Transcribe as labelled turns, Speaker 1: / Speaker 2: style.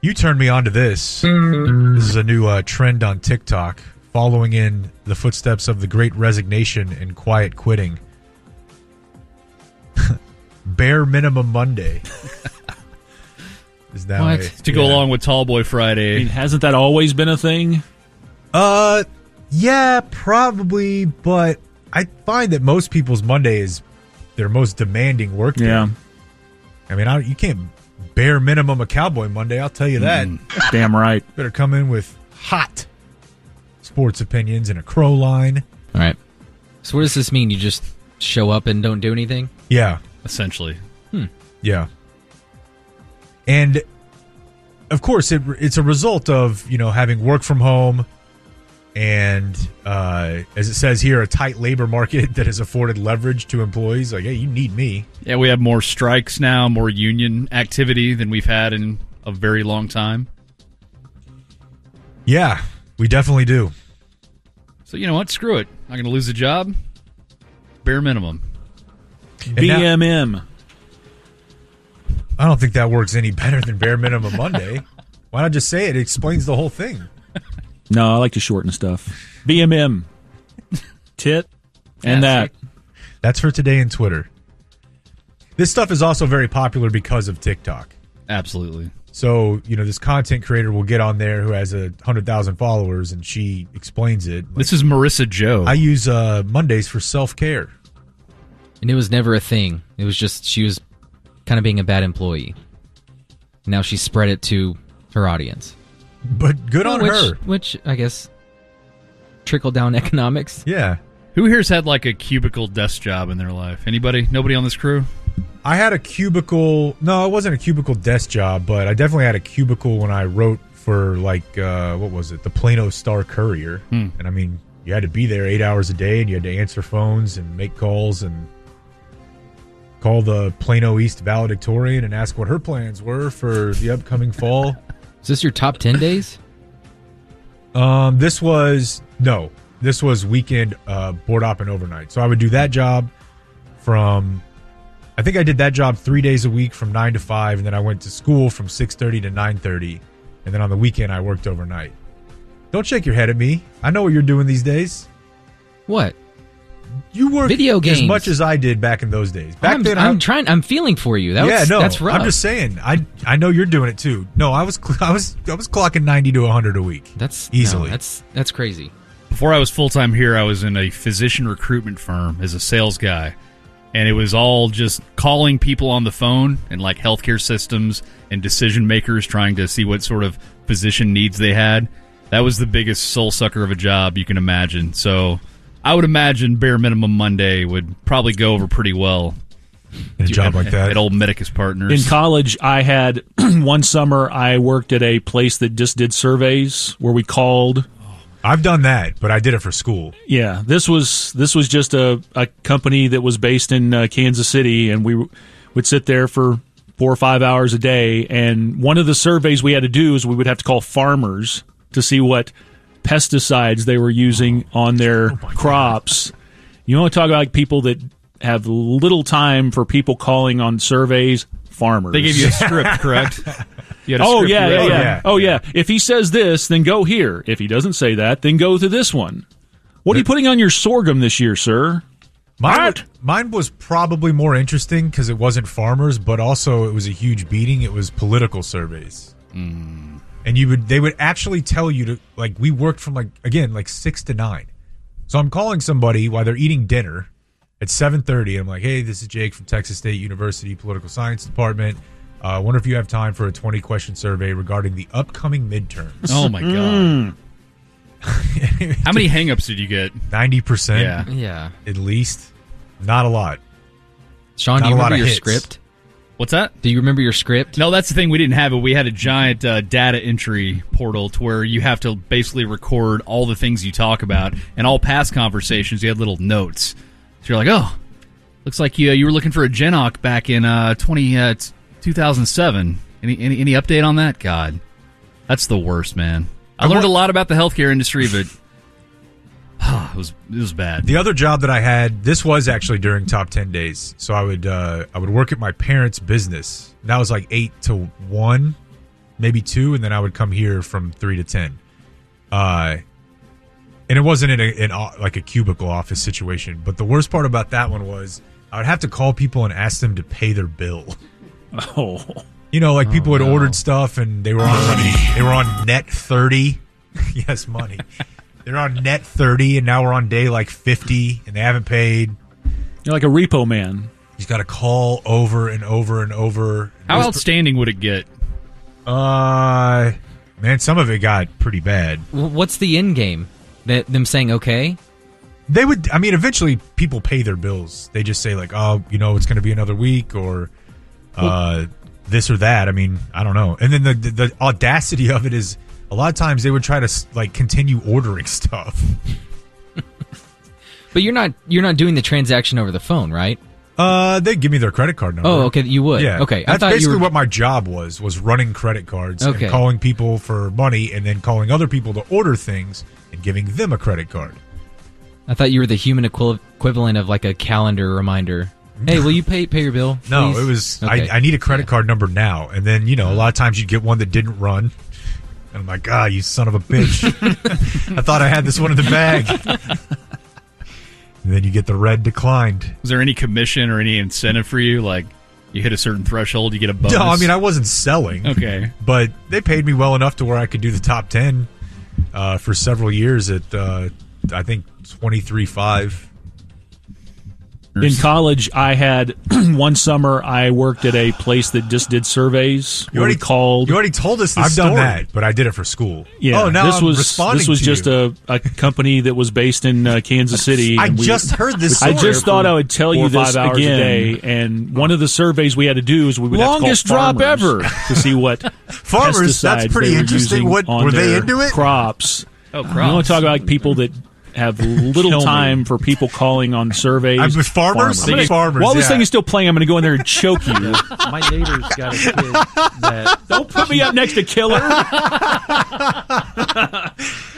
Speaker 1: You turned me on to this.
Speaker 2: Mm-hmm.
Speaker 1: This is a new uh, trend on TikTok, following in the footsteps of the great resignation and quiet quitting. Bare minimum Monday. is that
Speaker 3: What?
Speaker 2: to go along with Tall Boy Friday.
Speaker 3: I mean, hasn't that always been a thing?
Speaker 1: Uh, yeah, probably, but I find that most people's Monday is their most demanding work day. I mean, I, you can't bare minimum a Cowboy Monday. I'll tell you that.
Speaker 3: Damn right.
Speaker 1: Better come in with hot sports opinions and a crow line.
Speaker 4: All right. So what does this mean? You just show up and don't do anything?
Speaker 1: Yeah,
Speaker 2: essentially.
Speaker 1: yeah. And of course, it, it's a result of you know having work from home, and uh, as it says here, a tight labor market that has afforded leverage to employees. Like, hey, you need me.
Speaker 2: Yeah, we have more strikes now, more union activity than we've had in a very long time.
Speaker 1: Yeah, we definitely do.
Speaker 2: So you know what? Screw it. I'm going to lose a job. Bare minimum.
Speaker 1: And now-
Speaker 3: BMM.
Speaker 1: I don't think that works any better than bare minimum Monday. Why not just say it? It explains the whole thing.
Speaker 3: No, I like to shorten stuff. BMM. Tit. And
Speaker 2: That's
Speaker 3: that.
Speaker 1: That's for today in Twitter. This stuff is also very popular because of TikTok.
Speaker 2: Absolutely.
Speaker 1: So, you know, this content creator will get on there who has a 100,000 followers and she explains it. Like,
Speaker 2: This is Marissa Joe.
Speaker 1: I use uh, Mondays for self care.
Speaker 4: And it was never a thing. It was just she was kind of being a bad employee. Now she spread it to her audience.
Speaker 1: But good on
Speaker 4: Oh, which,
Speaker 1: her.
Speaker 4: Which I guess trickle down economics.
Speaker 1: Yeah.
Speaker 2: Who here's had like a cubicle desk job in their life? Anybody? Nobody on this crew?
Speaker 1: I had a cubicle. No, it wasn't a cubicle desk job, but I definitely had a cubicle when I wrote for like uh, what was it, the Plano Star Courier. And I mean, you had to be there eight hours a day, and you had to answer phones and make calls and call the Plano East valedictorian and ask what her plans were for the upcoming fall.
Speaker 4: Is this your top ten days?
Speaker 1: Um, this was no, this was weekend uh, board op and overnight. So I would do that job from. I think I did that job three days a week from nine to five, and then I went to school from six thirty to nine thirty, and then on the weekend I worked overnight. Don't shake your head at me. I know what you're doing these days.
Speaker 4: What?
Speaker 1: You work
Speaker 4: Video
Speaker 1: as
Speaker 4: games.
Speaker 1: much as I did back in those days. Back
Speaker 4: I'm,
Speaker 1: then,
Speaker 4: I'm
Speaker 1: I-
Speaker 4: trying. I'm feeling for you. That
Speaker 1: yeah,
Speaker 4: was,
Speaker 1: no,
Speaker 4: that's rough.
Speaker 1: I'm just saying. I I know you're doing it too. No, I was cl- I was I was clocking ninety to hundred a week.
Speaker 4: that's no,
Speaker 1: easily.
Speaker 4: that's that's crazy.
Speaker 2: Before I was full time here, I was in a physician recruitment firm as a sales guy. And it was all just calling people on the phone and like healthcare systems and decision makers trying to see what sort of physician needs they had. That was the biggest soul sucker of a job you can imagine. So I would imagine bare minimum Monday would probably go over pretty well
Speaker 1: in a job like that.
Speaker 2: at old Medicus Partners.
Speaker 3: In college, I had one summer I worked at a place that just did surveys where we called
Speaker 1: I've done that, but I did it for school.
Speaker 3: Yeah, this was this was just a, a company that was based in uh, Kansas City, and we would sit there for four or five hours a day. And one of the surveys we had to do is we would have to call farmers to see what pesticides they were using on their
Speaker 2: Oh
Speaker 3: crops. You want to talk about people that have little time for people calling on surveys? Farmers.
Speaker 2: they gave you a script, correct? You had a
Speaker 3: Oh
Speaker 2: script
Speaker 3: yeah,
Speaker 2: you
Speaker 3: yeah,
Speaker 2: read?
Speaker 3: yeah,
Speaker 1: Yeah.
Speaker 3: Oh yeah. If he says this, then go here. If he doesn't say that, then go to this one. What are you putting on your sorghum this year, sir?
Speaker 1: Mine,
Speaker 3: What?
Speaker 1: mine was probably more interesting because it wasn't farmers, but also it was a huge beating. It was political surveys, and you would they would actually tell you to like we worked from like again like six to nine. So I'm calling somebody while they're eating dinner at 7:30. I'm like, hey, this is Jake from Texas State University Political Science Department. Uh, I wonder if you have time for a 20 question survey regarding the upcoming midterms.
Speaker 2: Oh my
Speaker 1: Mm.
Speaker 2: god. How many hangups did you get?
Speaker 1: 90%
Speaker 2: Yeah.
Speaker 4: Yeah,
Speaker 1: at least, not a lot.
Speaker 4: Sean,
Speaker 1: Not
Speaker 4: do
Speaker 1: a
Speaker 4: you
Speaker 1: lot
Speaker 4: remember
Speaker 1: of
Speaker 4: your
Speaker 1: hits.
Speaker 4: script?
Speaker 2: What's that?
Speaker 4: Do you remember your script?
Speaker 2: No, that's the thing. We didn't have it. We had a giant uh, data entry portal to where you have to basically record all the things you talk about and all past conversations. You had little notes. So you're like, oh, looks like you uh, you were looking for a Genoc back in uh, 20, uh, t- 2007. Any, any any update on that? God, that's the worst, man. I, learned a lot about the healthcare industry, but it was it was bad.
Speaker 1: Uh, The other job that I had, this was actually during top ten days. So I would uh, I would work at my parents' business. And that was like eight to one, maybe two, and then I would come here from three to ten. Uh, and it wasn't in a in a, like a cubicle office situation. But the worst part about that one was I would have to call people and ask them to pay their bill.
Speaker 3: Oh,
Speaker 1: You know, like people had
Speaker 4: no.
Speaker 1: ordered stuff and they were on they were on net thirty. yes, money. They're on net thirty, and now we're on day like fifty, and they haven't paid.
Speaker 3: you're like a repo man.
Speaker 1: He's got to call over and over and over.
Speaker 2: How outstanding would it get?
Speaker 1: Uh, man, some of it got pretty bad.
Speaker 4: W- What's the end game? That them saying okay?
Speaker 1: They would, I mean, eventually people pay their bills. They just say like, oh, you know, it's going to be another week or uh, this or that. I mean, I don't know. And then the, the the audacity of it is a lot of times they would try to s- like continue ordering stuff.
Speaker 4: But you're not you're not doing the transaction over the phone, right?
Speaker 1: Uh, they give me their credit card number.
Speaker 4: Oh, okay, you would.
Speaker 1: Uh-huh. Yeah.
Speaker 4: Okay, I
Speaker 1: That's
Speaker 4: thought you
Speaker 1: basically
Speaker 4: were.
Speaker 1: what my job was: was running credit cards
Speaker 4: Okay.
Speaker 1: and calling people for money, and then calling other people to order things and giving them a credit card.
Speaker 4: I thought you were the human equi- equivalent of like a calendar reminder. Hey, will you pay pay your bill?
Speaker 1: No,
Speaker 4: please?
Speaker 1: it was
Speaker 4: Okay. Mm-hmm.
Speaker 1: I, I need a credit card number now. And then, you know, a lot of times you'd get one that didn't run. And I'm like, ah, you son of a bitch. I thought I had this one in the bag. and then you get the red declined.
Speaker 2: Was there any commission or any incentive for you? Like you hit a certain threshold, you get a
Speaker 4: Oh,
Speaker 2: bonus.
Speaker 1: No, I mean I wasn't selling.
Speaker 2: okay.
Speaker 1: But they paid me well enough to where I could do the top ten uh, for several years at uh, I think twenty three five.
Speaker 3: In college, I had one summer I worked at a place that just did surveys.
Speaker 1: You
Speaker 3: where
Speaker 1: already
Speaker 3: we called.
Speaker 1: You already told us this
Speaker 3: I've
Speaker 1: story.
Speaker 3: done that,
Speaker 1: but I did it for school.
Speaker 3: yeah,
Speaker 1: Oh, now
Speaker 3: this
Speaker 1: I'm
Speaker 3: was
Speaker 1: responding.
Speaker 3: this was
Speaker 1: to
Speaker 3: just
Speaker 1: you.
Speaker 3: a a company that was based in uh, Kansas City.
Speaker 1: I
Speaker 3: and we-
Speaker 1: just heard this.
Speaker 3: I
Speaker 1: Story.
Speaker 3: just thought I would tell
Speaker 5: four
Speaker 3: you
Speaker 5: or
Speaker 3: this
Speaker 5: five hours a
Speaker 3: again.
Speaker 5: day.
Speaker 3: And one of the surveys we had to do is we would
Speaker 5: Longest
Speaker 3: have to call
Speaker 5: drop
Speaker 3: farmers
Speaker 5: ever.
Speaker 3: to see what
Speaker 1: farmers. That's
Speaker 3: pesticides
Speaker 1: pretty
Speaker 3: they were
Speaker 1: interesting.
Speaker 3: using
Speaker 1: What
Speaker 3: on
Speaker 1: were they
Speaker 3: their
Speaker 1: into it?
Speaker 3: Crops.
Speaker 2: Oh,
Speaker 3: You want
Speaker 2: crops.
Speaker 3: to talk about people that have little time for people calling on surveys?
Speaker 1: I'm with farmers.
Speaker 3: I'm gonna-
Speaker 1: Farmers,
Speaker 3: While this
Speaker 1: yeah.
Speaker 3: thing is still playing, I'm going to go in there and choke you.
Speaker 5: My neighbor's got a kid that
Speaker 3: Don't put me up next to killer.